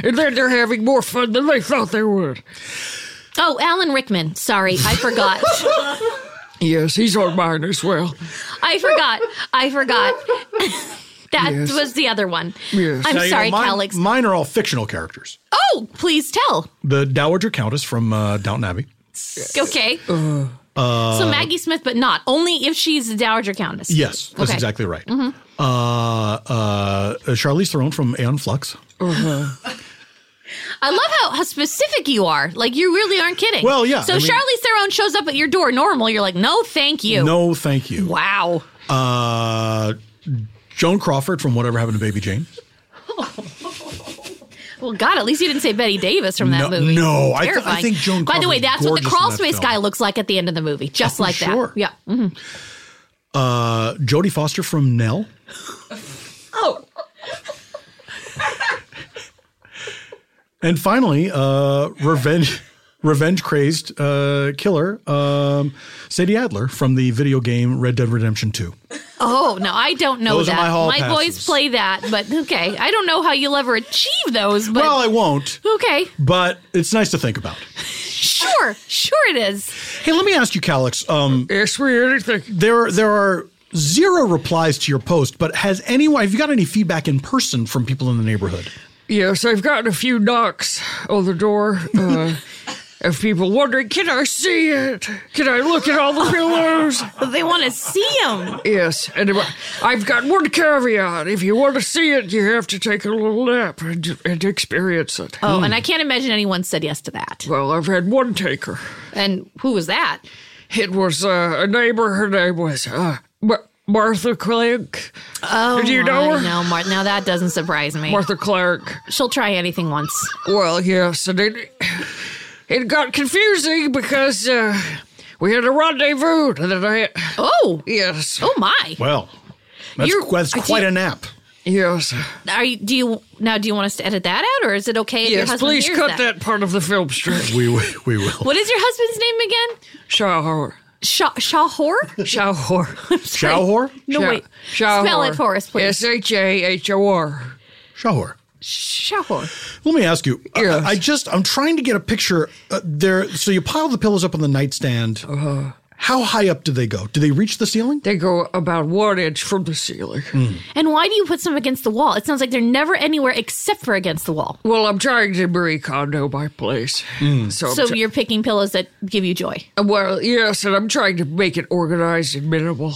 and then they're having more fun than they thought they would. oh, Alan Rickman. Sorry, I forgot. Yes, he's on mine as well. I forgot. I forgot. that Yes. was the other one. Yes. I'm Now, you know, sorry, mine, Calix. Mine are all fictional characters. oh, please tell. The Dowager Countess from uh, Downton Abbey. Okay. Uh, so Maggie Smith, but not only if she's the Dowager Countess. Yes, that's Okay. Mm-hmm. exactly right. Uh, uh, Charlize Theron from Aeon Flux. I love how, how specific you are. Like you really aren't kidding. Well, yeah, So I mean- Charlize Theron shows up at your door normal. You're like, no, thank you. No, thank you. Wow. Uh, Joan Crawford from Whatever Happened to Baby Jane. Well, God, at least you didn't say Betty Davis from that No- movie. no, I th- I Terrifying. think Joan By the way, Crawford's that's what the gorgeous in crawl that space film. guy looks like at the end of the movie, just Oh, like sure. that. Yeah. Mhm. Uh, Jodie Foster from Nell. Oh, And finally, uh, revenge, revenge crazed uh, killer, um, Sadie Adler from the video game Red Dead Redemption Two. Oh no, I don't know Those are that. my hall passes. boys play that, but okay. I don't know how you'll ever achieve those. But well, I won't, okay, but it's nice to think about. sure, sure it is. Hey, let me ask you, Calix. Um, Ask me anything. there, there are zero replies to your post, but has anyone? Have you got any feedback in person from people in the neighborhood? Yes, I've gotten a few knocks on the door. Uh, of people wondering, can I see it? Can I look at all the pillows? They want to see them. yes, and I- I've got one caveat. If you want to see it, you have to take a little nap and, and experience it. Oh, and I can't imagine anyone said yes to that. Well, I've had one taker. And who was that? It was uh, a neighbor. Her name was uh, Mar- Martha Clark. Oh, do you know her? I know, Martha. Now that doesn't surprise me. Martha Clark. She'll try anything once. Well, yes, and it it got confusing because uh, we had a rendezvous, and then I Oh, yes, oh my. Well, that's, You're- that's I quite did- a nap. yes, Are you, do you now? Do you want us to edit that out, or is it okay? If your yes. husband Please hears cut that. part of the film straight. We, we, we will. What is your husband's name again? Shower, Shah Shahor. shower, Shahor? No wait. shower. Spell it for us, please. S H A H O R. Shahor. Shahor. Let me ask you. I- Yes. I, just I'm trying to get a picture uh, there. So you pile the pillows up on the nightstand. Uh-huh. How high up do they go? Do they reach the ceiling? They go about one inch from the ceiling. And why do you put some against the wall? It sounds like they're never anywhere except for against the wall. Well, I'm trying to Marie Kondo my place. So, I'm Mm. So tr- you're picking pillows that give you joy. well, yes, and I'm trying to make it organized and minimal.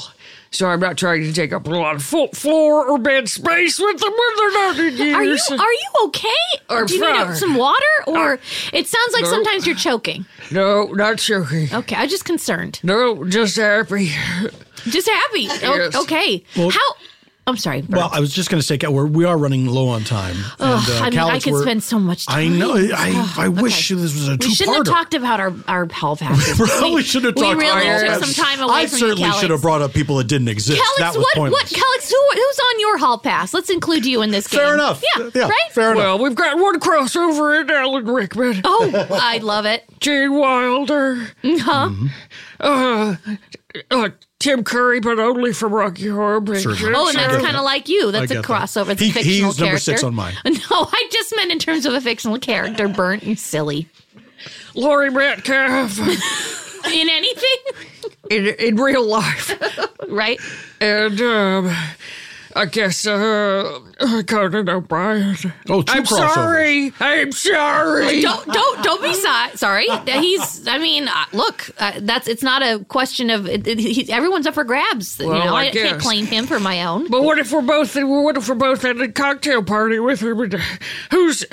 So I'm not trying to take up a lot of full floor or bed space with them when they're not in use. Are you are you okay? Or do you need uh, fry. some water? Or it sounds like No. sometimes you're choking. no, not joking. Okay, I'm just concerned. No, just happy. Just happy. O- Yes. Okay. How? I'm sorry. Well, I was just going to say, Kat, we're, we are running low on time. and, I mean, I Calix, could we're- spend so much time. I know. I, I wish okay. this was a We shouldn't have two-parter. talked about our our hall passes. Probably should have we talked. really about took that. some time away I from you, certainly Calix. should have brought up people that didn't exist. that was Calix, what, what, pointless. Calix, who, who's on your hall pass? Let's include you in this game. fair enough. Yeah, right? Fair enough. Well, we've got one crossover in Alan Rickman, Oh, I love it. Gene Wilder, Mm. Huh? uh, uh, Tim Curry, but only from Rocky Horror Picture Oh, and that's Sure. kind of like you. That's a get that. crossover. It's He- a fictional he's number character. six on mine. No, I just meant in terms of a fictional character, Burnt, you silly. Laurie Metcalf In anything, in, in real life. right? And um, I guess uh, Conan O'Brien. Oh, two I'm crossovers. sorry. I'm sorry. Don't don't don't be si- sorry. That He's. I mean, uh, look. Uh, that's. It's not a question of. It, it, he, everyone's up for grabs. you Well, know, I I, can't guess. claim him for my own. But what if we're both? What if we're both at a cocktail party with him? And uh, who's who's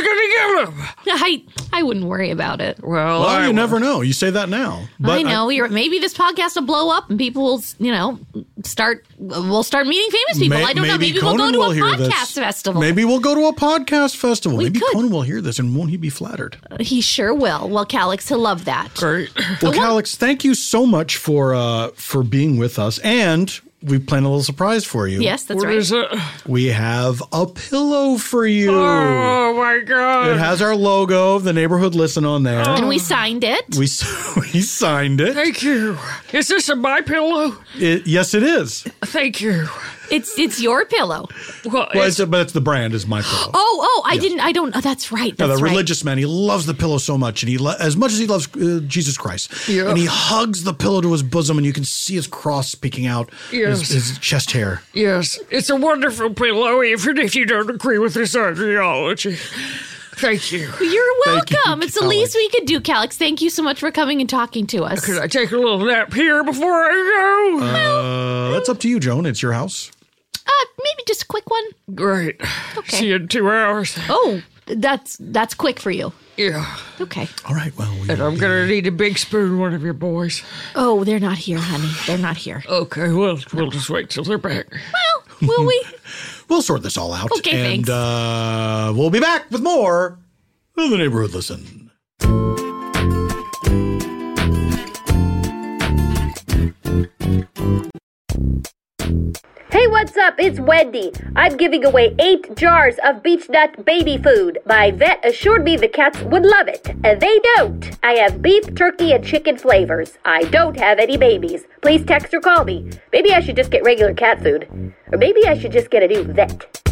gonna give him? I I wouldn't worry about it. Well, Well, I you will. never know. You say that now, but uh, I know. you're, maybe this podcast will blow up and people will, you know, start. We'll start meeting famous people. May- I don't know. Maybe Conan we'll will go to hear a this. podcast festival. Maybe we'll go to a podcast festival. maybe could. Uh, Conan will hear this, and won't he be flattered? He sure will. Well, Calix, he'll love that. Great. Well, Calix, thank you so much for uh, for being with us, and we planned a little surprise for you. Yes, that's What right. is it? we have a pillow for you. Oh my It god! has our logo, the neighborhood listen on there. and we signed it. We s- we signed it. Thank you. Is this a my pillow? It- Yes, it is. Thank you. it's it's your pillow. Well, Well, it's, it's, but it's the brand is my pillow. Oh, oh, I didn't. I don't. Oh, that's right. Now, That's the right. religious man, he loves the pillow so much, and he lo- as much as he loves uh, Jesus Christ, Yeah. and he hugs the pillow to his bosom, and you can see his cross peeking out, Yes. his, his chest hair. yes, it's a wonderful pillow, even if you don't agree with this ideology. Thank you. You're Thank you, welcome. it's the Calix. least we could do, Calix. Thank you so much for coming and talking to us. Can I take a little nap here before I go? Uh, that's up to you, Joan. It's your house. Uh, maybe just a quick one. Great. Okay. See you in two hours. Oh, that's that's quick for you. Yeah. Okay. All right. Well, we um, And I'm going to need a big spoon, one of your boys. Oh, they're not here, honey. They're not here. Okay, well, we'll just wait till they're back. Well, will we? we'll sort this all out. Okay, and thanks. Uh, we'll be back with more of the neighborhood listen. Hey, what's What's up? It's Wendy. I'm giving away eight jars of beech nut baby food. My vet assured me the cats would love it, and they don't. I have beef, turkey, and chicken flavors. I don't have any babies. Please text or call me. Maybe I should just get regular cat food. Or maybe I should just get a new vet.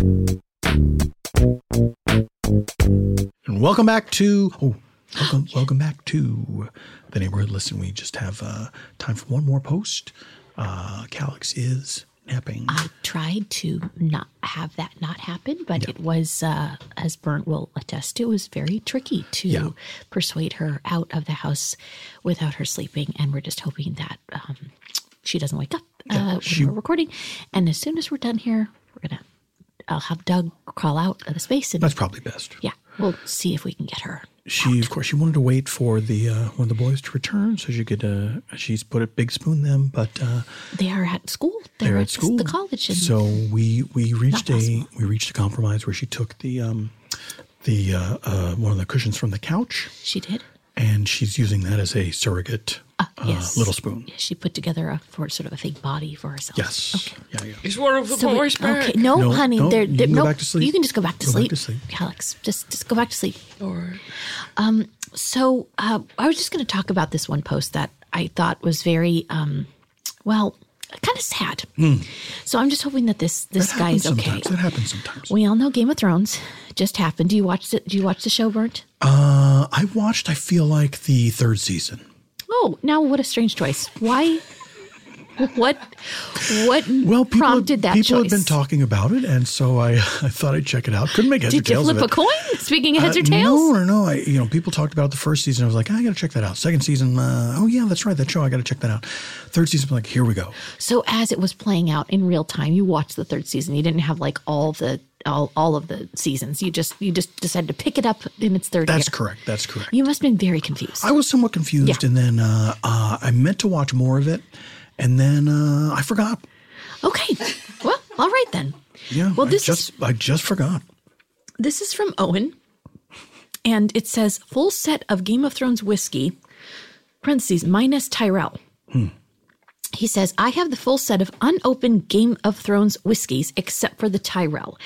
And welcome back to oh, welcome welcome back to the neighborhood. Listen, we just have uh, time for one more post. Uh, Calix is napping. I tried to not have that not happen, but it was, uh, as Burnt will attest to, it was very tricky to Yeah. persuade her out of the house without her sleeping. And we're just hoping that um, she doesn't wake up Yeah, uh, when she- we're recording. And as soon as we're done here, we're gonna I'll have Doug crawl out of the space. And That's probably best. Yeah, we'll see if we can get her. She of course she wanted to wait for the uh, one of the boys to return so she could uh, she's put a big spoon them, but uh, They are at school. They're, they're at, at school. the college. And so we we reached a we reached a compromise where she took the um the uh, uh, one of the cushions from the couch. She did. and she's using that as a surrogate uh, Ah, yes. little spoon. Yeah, she put together a for sort of a fake body for herself. Yes. Yeah, yeah. Is one of the So we- boys back? Okay, no, No, honey, no, they're, you they're- can go no, back to sleep. You can just go back to, Go back sleep. to sleep. Alex, just just go back to sleep. All right. Um, so uh, I was just going to talk about this one post that I thought was very, um, well, kind of sad. So I'm just hoping that this this Hmm. That guy happens is okay. sometimes. That happens sometimes. We all know Game of Thrones just happened. Do you watch it? Do you watch the show, Burnt? Uh, I watched. I feel like the third season. Oh, now what a strange choice. Why? What? What prompted that People choice? have been talking about it, and so I, I thought I'd check it out. Couldn't make heads or Did you tails flip of a it. coin? Speaking of heads Uh, or tails? No, no, no. I, you know, people talked about the first season. I was like, "Ah, I got to check that out. Second season, uh, oh yeah, that's right, that show. I got to check that out. Third season, I'm like, here we go. So as it was playing out in real time, you watched the third season. You didn't have like all the all all of the seasons. You just you just decided to pick it up in its third That's year. correct. That's correct. You must have been very confused. I was somewhat confused, and then uh, uh, I meant to watch more of it, and then uh, I forgot. Okay. Well, all right then. Yeah. Well, I this just I just forgot. This is from Owen, and it says full set of Game of Thrones whiskey, parentheses minus Tyrell. Hmm. He says, I have the full set of unopened Game of Thrones whiskeys except for the Tyrell.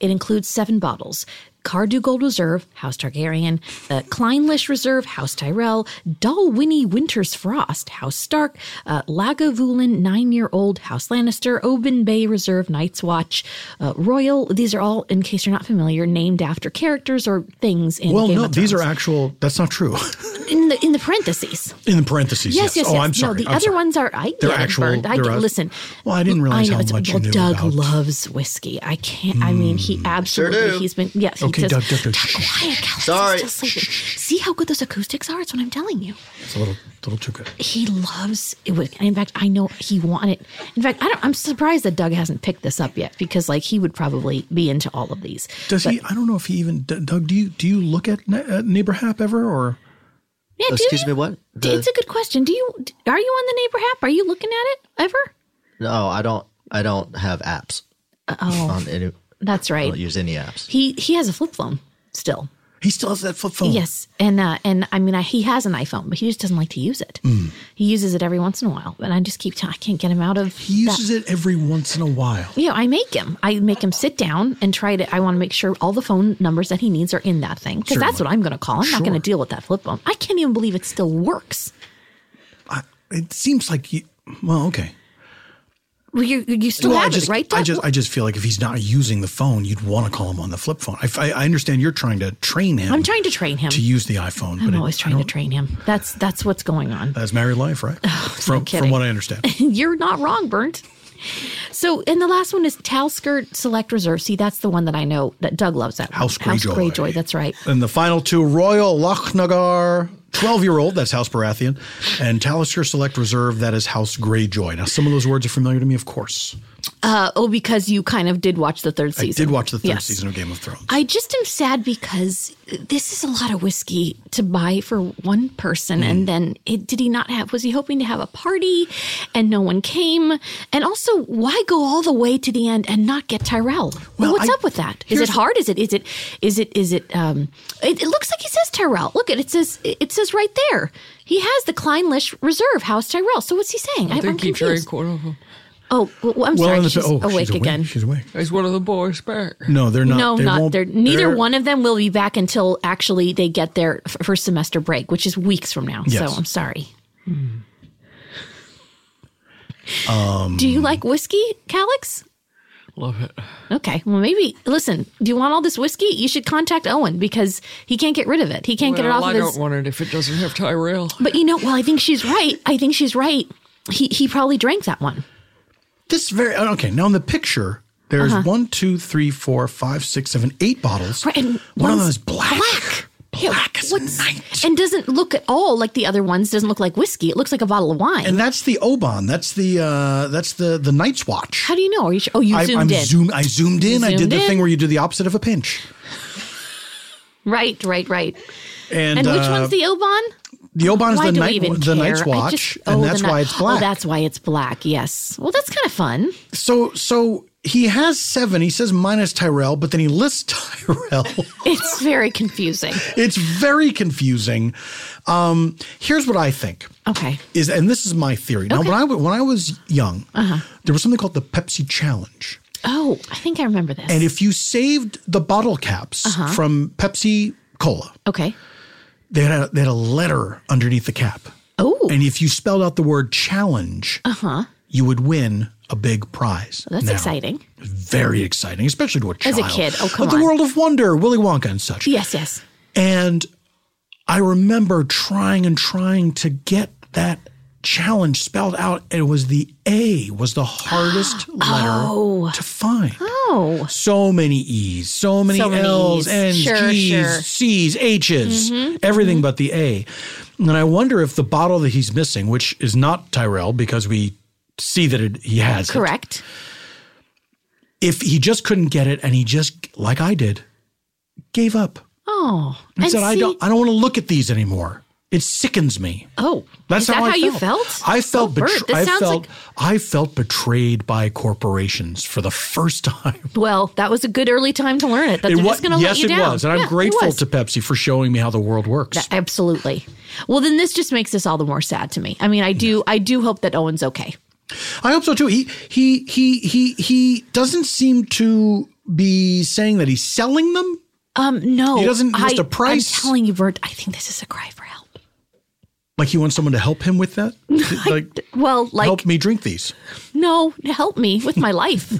It includes seven bottles Cardew Gold Reserve, House Targaryen, the Kleinlish Reserve, House Tyrell, Dalwhinnie Winter's Frost, House Stark, uh, Lagavulin Nine Year Old, House Lannister, Oban Bay Reserve, Night's Watch, uh, Royal. These are all, in case you're not familiar, named after characters or things in well, Game no, of these are Thrones. actual. That's not true. in the in the parentheses. In the parentheses. Yes, Yes, yes, yes. Oh, I'm sorry. No, the I'm other sorry. ones are. I They're get actual- it, Bernd. I they're get, a- listen. Well, I didn't realize I know, how it's- much you well, knew Doug about- Mm. loves whiskey. I can't. I mean, he absolutely. do. He's been. Yes, Okay, he Doug, does. Doug, Doug. Quiet, Alex, he's Sorry. still sleeping. See how good those acoustics are. It's what I'm telling you. It's a little, little too good. He loves it. Was, in fact, I know he wanted. In fact, I don't, I'm surprised that Doug hasn't picked this up yet because, like, he would probably be into all of these. Does he? I don't know if he even. D- Doug, do you do you look at, ne- at neighbor hap ever or? Yeah, do Excuse you? me, Oh, what? D- it's a good question. Do you are you on the neighbor app? Are you looking at it ever? No, I don't. I don't have apps. Oh. on any, That's right. I don't use any apps. He he has a flip phone still. He still has that flip phone. Yes, and uh, and I mean I, he has an iPhone, but he just doesn't like to use it. Mm. He uses it every once in a while, and I just keep telling I can't get him out of. He uses it every once in a while. Yeah, I make him. I make him sit down and try to. I want to make sure all the phone numbers that he needs are in that thing because that's Certainly. what I'm going to call. I'm not Sure. going to deal with that flip phone. I can't even believe it still works. I, it seems like you. Well, okay. Well, you you still well, have I just, it, right? I Doug? just, I just feel like if he's not using the phone, you'd want to call him on the flip phone. I, I, I understand you're trying to train him. I'm trying to train him. to use the iPhone. I'm but it- always I trying to don't- train him. That's that's what's going on. That's married life, right? from, from kidding. what I understand. You're not wrong, Burnt. So, and the last one is Talskirt Select Reserve. See, that's the one that I know that Doug loves. That one. House Greyjoy. Greyjoy. That's right. And the final two Royal Lochnagar, 12 year old, that's House Baratheon, and Talisker Select Reserve, that is House Greyjoy. Now, some of those words are familiar to me, of course. Uh, oh, because you kind of did watch the third I season. did watch the third Yes. season of Game of Thrones. I just am sad because this is a lot of whiskey to buy for one person, and then it, did he not have? Was he hoping to have a party, and no one came? And also, why go all the way to the end and not get Tyrell? Well, What's I- up with that? Is it here's- hard? Is it is it is it is it? Um, it, it looks like he says Tyrell. Look at it says it says right there. He has the Kleinlich Reserve House Tyrell. So what's he saying? I I, I'm think he confused. drank one of them. Oh, well, I'm Well, sorry. in the- She's oh, she's awake awake. again. She's awake. Is one of the boys back? No, they're not. no, they not. won't- They're, neither they're- one of them will be back until actually they get their f- first semester break, which is weeks from now. Yes. Hmm. So I'm sorry. Um, Do you like whiskey, Calix? Love it. Okay. Well, maybe listen. Do you want all this whiskey? You should contact Owen because he can't get rid of it. He can't get it Well, off I of his. don't want it if it doesn't have Tyrell. But you know, well, I think she's right. I think she's right. He he probably drank that one. This very oh, okay. Now in the picture, there's Uh-huh. one, two, three, four, five, six, seven, eight bottles. Right, and one of them one's is black. Black as night. And doesn't look at all like the other ones. Doesn't look like whiskey. It looks like a bottle of wine. And that's the Oban. That's the uh, that's the the Night's Watch. How do you know? Are you sure? Oh, you I, zoomed I'm in. Zoom, I zoomed in. I did Zoomed the in. thing where you do the opposite of a pinch. Right, right, right. And, And, which uh, one's the Oban? The Oban is Why the do I night even the Night's care? I Watch, just- oh, and the that's ni- why it's black. Oh, that's why it's black. Yes. Well, that's kind of fun. So so he has seven. He says minus Tyrell, but then he lists Tyrell. It's very confusing. it's very confusing. Um, here's what I think. Okay. Is and this is my theory. Now when I wa- when I was young, Uh-huh. there was something called the Pepsi Challenge. Oh, I think I remember this. And if you saved the bottle caps Uh-huh. from Pepsi Cola, okay. they had, a, they had a letter underneath the cap. Oh. And if you spelled out the word challenge, Uh huh. you would win a big prize. That's Now, exciting. Very exciting, especially to a As child. a kid. Oh, come But on. the world of wonder, Willy Wonka and such. Yes, yes. And I remember trying and trying to get that challenge spelled out. It was the A was the hardest letter to find. Oh. So many E's, so many So many L's, E's. N's, Sure, G's, sure. C's, H's, Mhm, everything but the A. And I wonder if the bottle that he's missing, which is not Tyrell because we see that it, he has it. Correct. if he just couldn't get it and he just, like I did, gave up. Oh. He and said, "I see- don't, I don't want to look at these anymore. It sickens me." Oh, That's is that how, I how you felt? I felt, Oh, betr- Bert, this I sounds felt, like- I felt betrayed by corporations for the first time. Well, that was a good early time to learn it. That It they're wa- just going to yes, let you it down. was, and Yeah, I'm it grateful was. to Pepsi for showing me how the world works. That- absolutely. Well, then this just makes this all the more sad to me. I mean, I do, I do hope that Owen's okay. I hope so too. He he he he he doesn't seem to be saying that he's selling them. Um, no, He doesn't I, list a price? I'm telling you, Bert, I think this is a cry for help. Like he wants someone to help him with that. like Well, like, help me drink these. no, help me with my life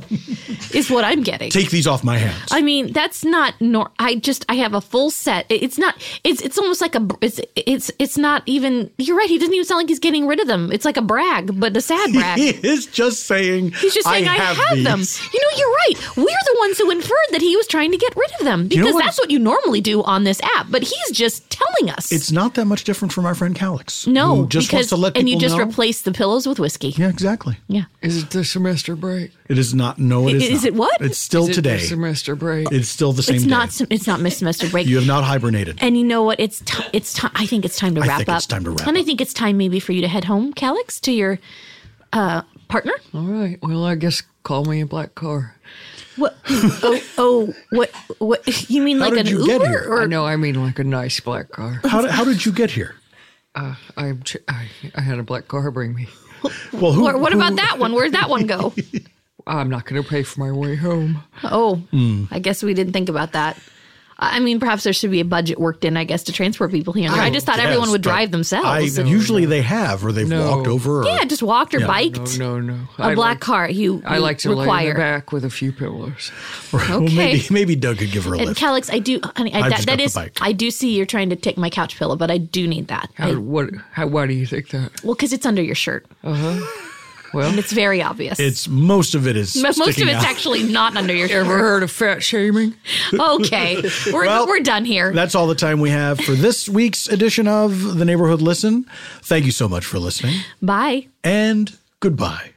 is what I'm getting. Take these off my hands. I mean, that's not nor. I just I have a full set. It- It's not. It's it's almost like a. br- It's it's it's not even. You're right. He doesn't even sound like he's getting rid of them. It's like a brag, but a sad brag. He is just saying. He's just saying I, have, them. these." You know, you're right. We're the ones who inferred that he was trying to get rid of them You know because what- that's what you normally do on this app. But he's just telling us. It's not that much different from our friend Calix. no, who just because wants to let and you people just know. replace the pillows with whiskey. Yeah, exactly. Yeah. Is it the semester break? It is not. No, it is. Is not. it what? It's still Is it today. the semester break? It's still the same It's day. not. sem- It's not missed semester break. you have not hibernated. And you know what? It's t- it's time. I think it's time to I wrap think up. it's time to wrap And I think it's time maybe for you to head home, Calix, to your uh, partner. All right. Well, I guess call me a black car. What? oh, oh, what? What? You mean How like an did you Uber? get here? Or no, I mean like a nice black car. How, did- how did you get here? Uh, I, I I had a black car bring me. Well, who? Or what about that one? Where'd that one go? I'm not going to pay for my way home. Oh, Hmm. I guess we didn't think about that. I I mean, perhaps there should be a budget worked in, I guess, to transport people here. I, just thought everyone guess, would but drive I, themselves. usually they have, or they've No. walked over. Or, yeah, just walked or Yeah. biked. No, no, no. A I black like- car. You, I you like to require. lay in the back with a few pillows. Well, maybe okay. maybe Doug could give her a And lift. Calix, I do. Honey, I, I've that, just that got the is. bike. I do see you're trying to take my couch pillow, but I do need that. How, I- what? How? Why do you think that? well, because it's under your shirt, Uh huh. Well, and it's very obvious. It's most of it is. Mo- most of sticking it's out. actually not under your shirt. Ever heard of fat shaming? Okay, we're Well, we're done here. That's all the time we have for this week's edition of the Neighborhood Listen. Thank you so much for listening, Bye. and goodbye.